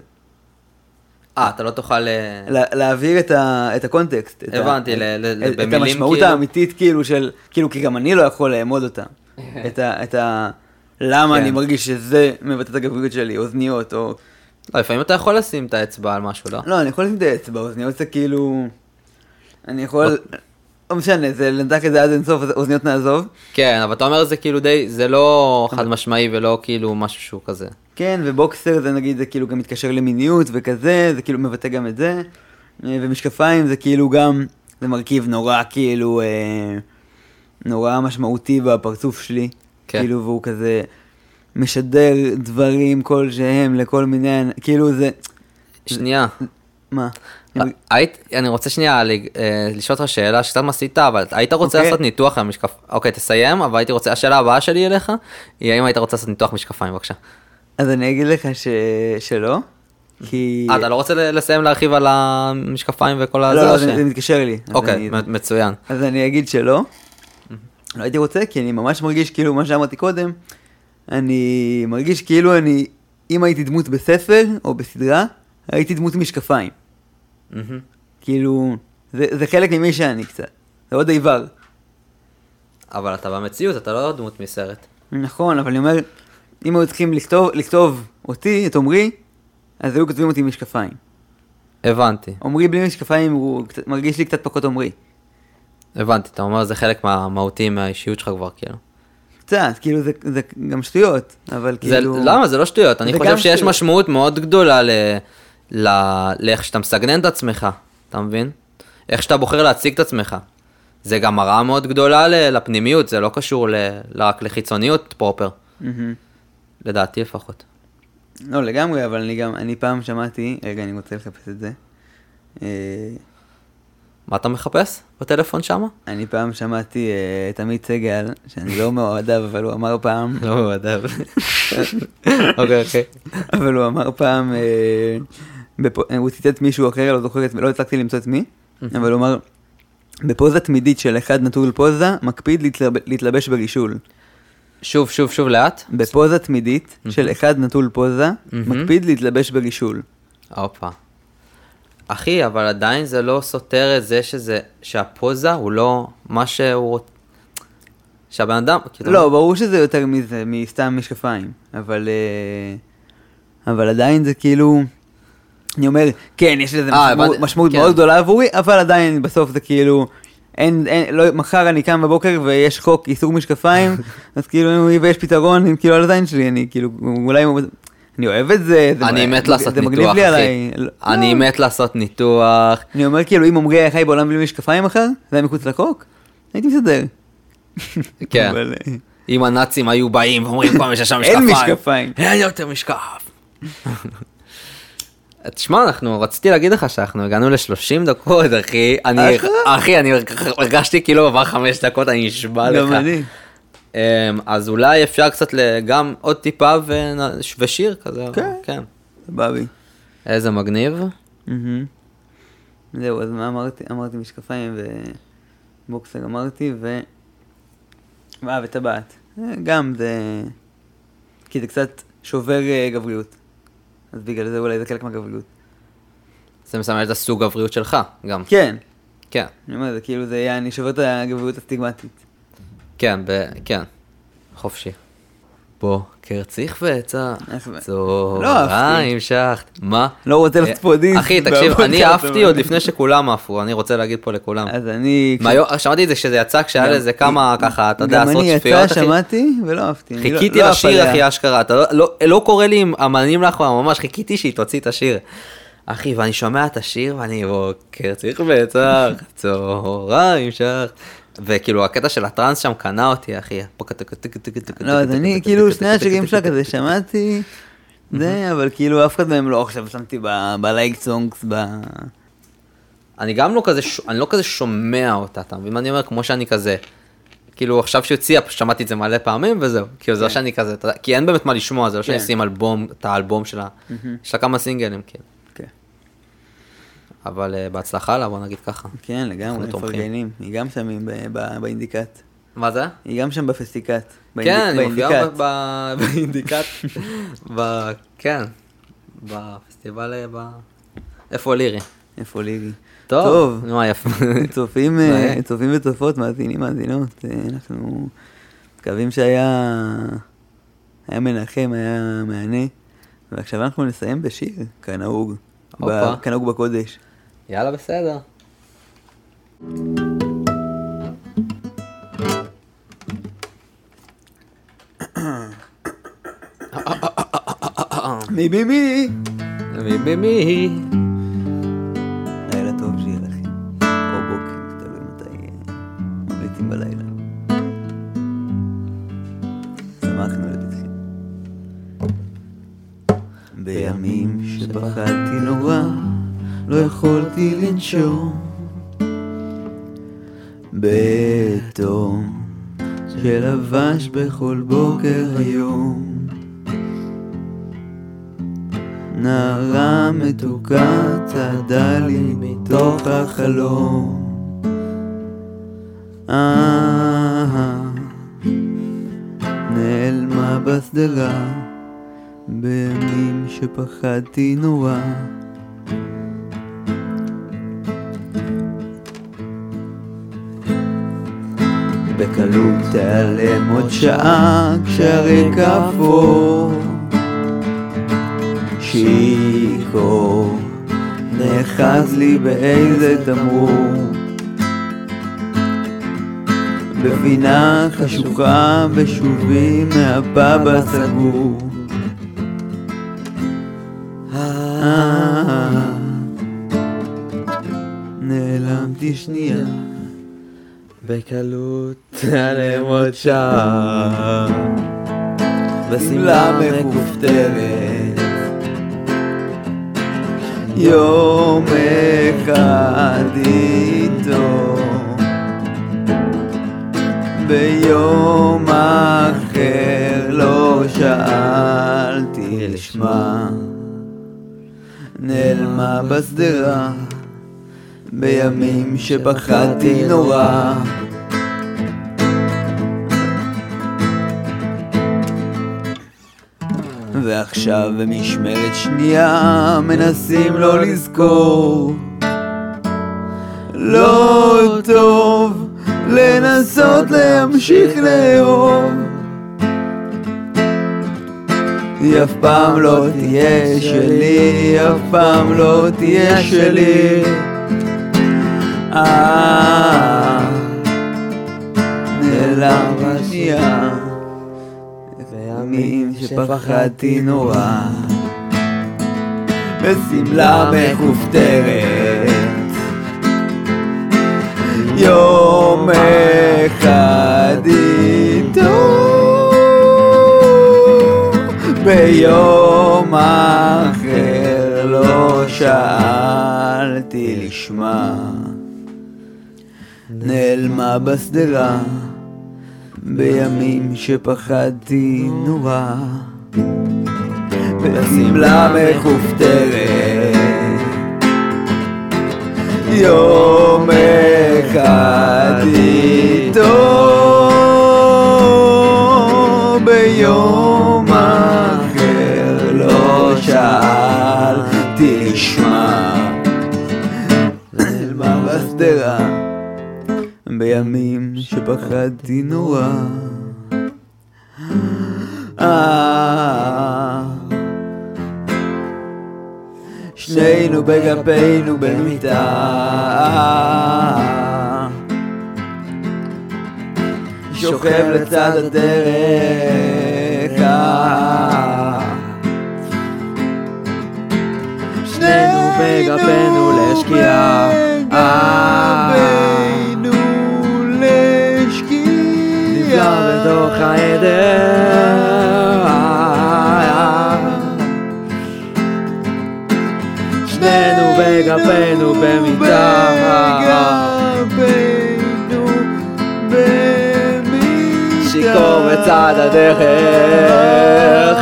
Speaker 1: אה, אתה לא תאכל... אה,
Speaker 2: לה, להעביר את, ה, את הקונטקסט. את
Speaker 1: הבנתי,
Speaker 2: ה,
Speaker 1: ל- ל-
Speaker 2: את,
Speaker 1: ל-
Speaker 2: את
Speaker 1: במילים
Speaker 2: המשמעות
Speaker 1: כאילו.
Speaker 2: האמיתית כאילו של, כאילו כי גם אני לא יכול לאמוד אותה. את ה... את ה למה
Speaker 1: כן.
Speaker 2: אני מרגיש שזה מבטא את הגבריות שלי, אוזניות או...
Speaker 1: לא, לפעמים אתה יכול לשים את האצבע על משהו, לא?
Speaker 2: לא, אני יכול לשים את האצבע, אוזניות זה כאילו... אני יכול... לא משנה, זה נתק את זה עד אינסוף, אז אוזניות נעזוב.
Speaker 1: כן, אבל אתה אומר זה כאילו די, זה לא חד משמעי ולא כאילו משהו שהוא כזה.
Speaker 2: כן, ובוקסר זה נגיד, זה כאילו גם מתקשר למיניות וכזה, זה כאילו מבטא גם את זה. אה, ומשקפיים זה כאילו גם, זה מרכיב נורא כאילו, אה, נורא משמעותי בפרצוף שלי.
Speaker 1: כן.
Speaker 2: כאילו, והוא כזה משדר דברים כלשהם לכל מיני, אנ- כאילו זה,
Speaker 1: שנייה.
Speaker 2: מה?
Speaker 1: אה. היית, אני רוצה שנייה לג- אה, לשאול אותך שאלה שקצת מסיתה, אבל היית רוצה
Speaker 2: אוקיי.
Speaker 1: לעשות ניתוח למשקף... אוקיי, תסיים, אבל הייתי רוצה, השאלה הבאה שלי אליך, היא האם היית רוצה לעשות ניתוח משקפיים, בבקשה.
Speaker 2: אז אני אגיד לך ש... שלא, כי...
Speaker 1: אה, אתה לא רוצה ל- לסיים להרחיב על המשקפיים וכל הזה?
Speaker 2: לא,
Speaker 1: או
Speaker 2: לא,
Speaker 1: ש-
Speaker 2: זה, זה מתקשר לי. אז
Speaker 1: אוקיי,
Speaker 2: אני-
Speaker 1: מ- מצוין.
Speaker 2: אז אני אגיד שלא. לא הייתי רוצה, כי אני ממש מרגיש כאילו מה שאמרתי קודם, אני מרגיש כאילו אני, אם הייתי דמות בספר או בסדרה, הייתי דמות משקפיים.
Speaker 1: מהמם.
Speaker 2: כאילו, זה, זה חלק ממי שאני קצת. זה עוד עיוור.
Speaker 1: אבל אתה במציאות, אתה לא דמות מסרט.
Speaker 2: נכון, אבל אני אומר, אם היו צריכים לכתוב, לכתוב אותי, את עמרי, אז היו כותבים אותי עם משקפיים.
Speaker 1: הבנתי,
Speaker 2: עמרי בלי משקפיים הוא קצת, מרגיש לי קצת פחות עמרי.
Speaker 1: הבנתי, אתה אומר זה חלק מהמהותי מהאישיות שלך כבר, כאילו.
Speaker 2: קצת, כאילו זה, זה גם שטויות, אבל
Speaker 1: זה,
Speaker 2: כאילו...
Speaker 1: למה? זה לא שטויות, אני
Speaker 2: זה
Speaker 1: חושב
Speaker 2: גם
Speaker 1: שיש
Speaker 2: שטויות.
Speaker 1: משמעות מאוד גדולה ל... ל... לאיך שאתה מסגנן את עצמך, אתה מבין? איך שאתה בוחר להציג את עצמך. זה גם מראה מאוד גדולה ל... לפנימיות, זה לא קשור ל... רק לחיצוניות פרופר,
Speaker 2: מהמם.
Speaker 1: לדעתי לפחות.
Speaker 2: לא לגמרי, אבל אני גם, אני פעם שמעתי, רגע, אני רוצה לחפש את זה. אה,
Speaker 1: מה אתה מחפש בטלפון שמה?
Speaker 2: אני פעם שמעתי אה, את עמית סגל, שאני לא מאוהדיו, אבל הוא אמר פעם,
Speaker 1: לא בוודאי. אוקיי, אוקיי.
Speaker 2: אבל הוא אמר פעם, אה, בפו- אה, הוא ציטט מישהו אחר, לא זוכר, את- לא הצלחתי למצוא את מי, אבל הוא אמר, בפוזה תמידית של אחד נטול פוזה, מקפיד להתלב- להתלבש ברישול.
Speaker 1: שוב, שוב, שוב, לאט.
Speaker 2: בפוזה תמידית של אחד נטול פוזה, מקפיד להתלבש ברישול.
Speaker 1: הופה. אחי, אבל עדיין זה לא סותר את זה שזה, שהפוזה הוא לא מה שהוא רוצ... שהבן אדם, כאילו,
Speaker 2: לא, ברור שזה יותר מזה, מסתם משקפיים, אבל... אה, אבל עדיין זה כאילו... אני אומר, כן, יש לזה
Speaker 1: אה,
Speaker 2: משמעות,
Speaker 1: הבנתי,
Speaker 2: משמעות
Speaker 1: כן.
Speaker 2: מאוד גדולה עבורי, אבל עדיין בסוף זה כאילו... אין, אין, לא, מחר אני קם בבוקר ויש חוק איסור משקפיים, אז כאילו, ויש פתרון, אם כאילו על הזין שלי, אני כאילו, אולי, אני אוהב את זה, זה
Speaker 1: אני
Speaker 2: מ-
Speaker 1: מת
Speaker 2: זה
Speaker 1: לעשות
Speaker 2: מגניב
Speaker 1: ניתוח,
Speaker 2: לי
Speaker 1: אחי.
Speaker 2: עליי. לא,
Speaker 1: אני מת לעשות ניתוח.
Speaker 2: אני אומר כאילו, אם עמרי היה חי בעולם בלי משקפיים מחר, זה היה מחוץ לחוק, הייתי מסתדר.
Speaker 1: כן.
Speaker 2: אבל, אה,
Speaker 1: אם הנאצים היו באים ואומרים כל מי שיש שם
Speaker 2: אין
Speaker 1: משקפיים.
Speaker 2: משקפיים.
Speaker 1: אין יותר משקף. תשמע, אנחנו, רציתי להגיד לך שאנחנו הגענו ל-30 דקות, אחי. אני,
Speaker 2: אשכרה?
Speaker 1: אחי, אני הרגשתי כאילו עבר 5 דקות, אני נשבע לך.
Speaker 2: גם אני.
Speaker 1: אמ, אז אולי אפשר קצת ל- גם עוד טיפה ונ- ושיר כזה.
Speaker 2: כן.
Speaker 1: כן.
Speaker 2: סבבי.
Speaker 1: איזה מגניב.
Speaker 2: מהמם. זהו, אז מה אמרתי? אמרתי משקפיים ובוקסר אמרתי, ו... אה, וטבעת. אה, גם זה... כי זה קצת שובר אה, גבריות. אז בגלל זה אולי זה חלק מהגבריות.
Speaker 1: זה מסמל את הסוג הבריאות שלך גם.
Speaker 2: כן.
Speaker 1: כן.
Speaker 2: אני אומר, זה כאילו, זה היה, אני שובר את הגבריות הסטיגמטית.
Speaker 1: כן, ב... כן. חופשי. בוקר צריך וצח,
Speaker 2: איך זה? לא אהבתי.
Speaker 1: צהריים שחט, מה? אה,
Speaker 2: לא רוצה לעשות פה דיס.
Speaker 1: אחי, תקשיב,
Speaker 2: בבוקר,
Speaker 1: אני
Speaker 2: אתה
Speaker 1: אהבתי
Speaker 2: אומר.
Speaker 1: עוד לפני שכולם עפו, אני רוצה להגיד פה לכולם.
Speaker 2: אז אני... כן.
Speaker 1: מהיום- שמעתי את זה כשזה יצא, כשהיה
Speaker 2: גם-
Speaker 1: לזה כמה ככה, אתה יודע,
Speaker 2: גם
Speaker 1: עשרות
Speaker 2: אני
Speaker 1: צפיות,
Speaker 2: יצא,
Speaker 1: אחי.
Speaker 2: שמעתי, ולא אהבתי. אני לא-
Speaker 1: חיכיתי
Speaker 2: לא עף
Speaker 1: לשיר,
Speaker 2: עליה.
Speaker 1: אחי, אשכרה. אתה לא- לא- לא קורה לי עם אמנים לאחרונה, ממש חיכיתי שהיא תוציא את השיר. אחי, ואני שומע את השיר, ואני בוקר צריך בצח, צהריים שח. וכאילו, הקטע של הטראנס שם קנה אותי, אחי.
Speaker 2: לא, אז אני, כאילו, שני השירים שלה כזה שמעתי, זה, אבל כאילו, אף אחד מהם לא עכשיו שמתי ב- בלייק סונגס, ב...
Speaker 1: אני גם לא כזה, ש- אני לא כזה שומע אותה, אתה מבין מה אני אומר? כמו שאני כזה, כאילו עכשיו שהוציאה, פשוט שמעתי את זה מלא פעמים וזהו. כאילו זה לא שאני כזה, אתה יודע, כי אין באמת מה לשמוע, זה לא שאני
Speaker 2: כן.
Speaker 1: אשים אלבום, את האלבום שלה, יש לה כמה סינגלים, כאילו.
Speaker 2: כן.
Speaker 1: אבל אה, בהצלחה לה, בוא נגיד ככה.
Speaker 2: כן,
Speaker 1: אנחנו
Speaker 2: לגמרי,
Speaker 1: תומכים.
Speaker 2: מפרגנים. היא גם שם עם- ב- ב- באינדיקט.
Speaker 1: מה זה?
Speaker 2: היא גם שם בפסטיקט. באינדיק-
Speaker 1: כן, היא מופיעה
Speaker 2: באינדיקט.
Speaker 1: ב- ב- באינדיקט, ב- כן, בפסטיבל, אה, ב... איפה לירי?
Speaker 2: איפה לירי?
Speaker 1: טוב, נו, יפה.
Speaker 2: צופים, אה,
Speaker 1: מעניין.
Speaker 2: צופים וצופות, מאזינים, מאזינות, אה, אנחנו מקווים שהיה היה מנחם, היה מהנה. ועכשיו אנחנו נסיים בשיר, כנהוג. ב-
Speaker 1: הופה.
Speaker 2: כנהוג בקודש.
Speaker 1: יאללה, בסדר.
Speaker 2: מי מי מי?
Speaker 1: מי מי מי?
Speaker 2: לילה טוב שיהיה לכם. או בוקר, תלוי מתי אה, ממליצים בלילה. שמחנו לתתחיל. בימים שפחדתי נורא, לא יכולתי לנשום. בתום שלבש בכל בוקר היום. נערה מתוקה צעדה לי מתוך החלום. אה, נעלמה בשדרה בימים שפחדתי נורא. בקלות תיעלם עוד שעה כשהרקע אפור שיקור נאחז לי באיזה תמרור בפינה חשוכה בשובי מהפאב הסגור אה, נעלמתי שנייה בקלות תעלם עוד שעה בשמלה מכופתרת יום אחד איתו ביום אחר לא שאלתי לשמה נעלמה בשדרה בימים שפחדתי נורא ועכשיו במשמרת שנייה מנסים לא לזכור לא טוב לנסות להמשיך לאהוב היא אף פעם לא תהיה שלי, היא אף פעם לא תהיה שלי אה, נעלם בשנייה בימים שפחדתי נורא בשמלה מכופתרת יום אחד איתו ביום אחר לא שאלתי לשמה נעלמה בשדרה בימים שפחדתי נורא והשמלה מכופתרת יום אחד איתו ביום אחר לא שאלתי לשמה נעלמה בשדרה בימים שפחדתי נורא. אה, שנינו בגבינו במיטה. שוכב לצד הדרך. אה, שנינו בגבינו לשקיעה. בגבינו לשקיעה. נפלא בתוך העדר. שנינו בגבינו במיטה. בגבינו במיטה. שיכור בצד הדרך.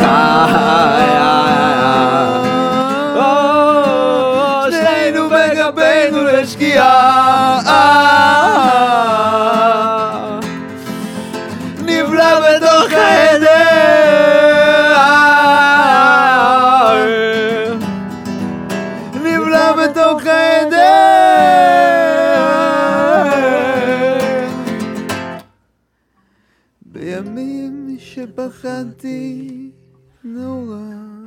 Speaker 2: או, שנינו בגבינו לשקיעה. נבלע בתוך העדר. נבלע בתוך העדר. בימים שפחדתי נורא.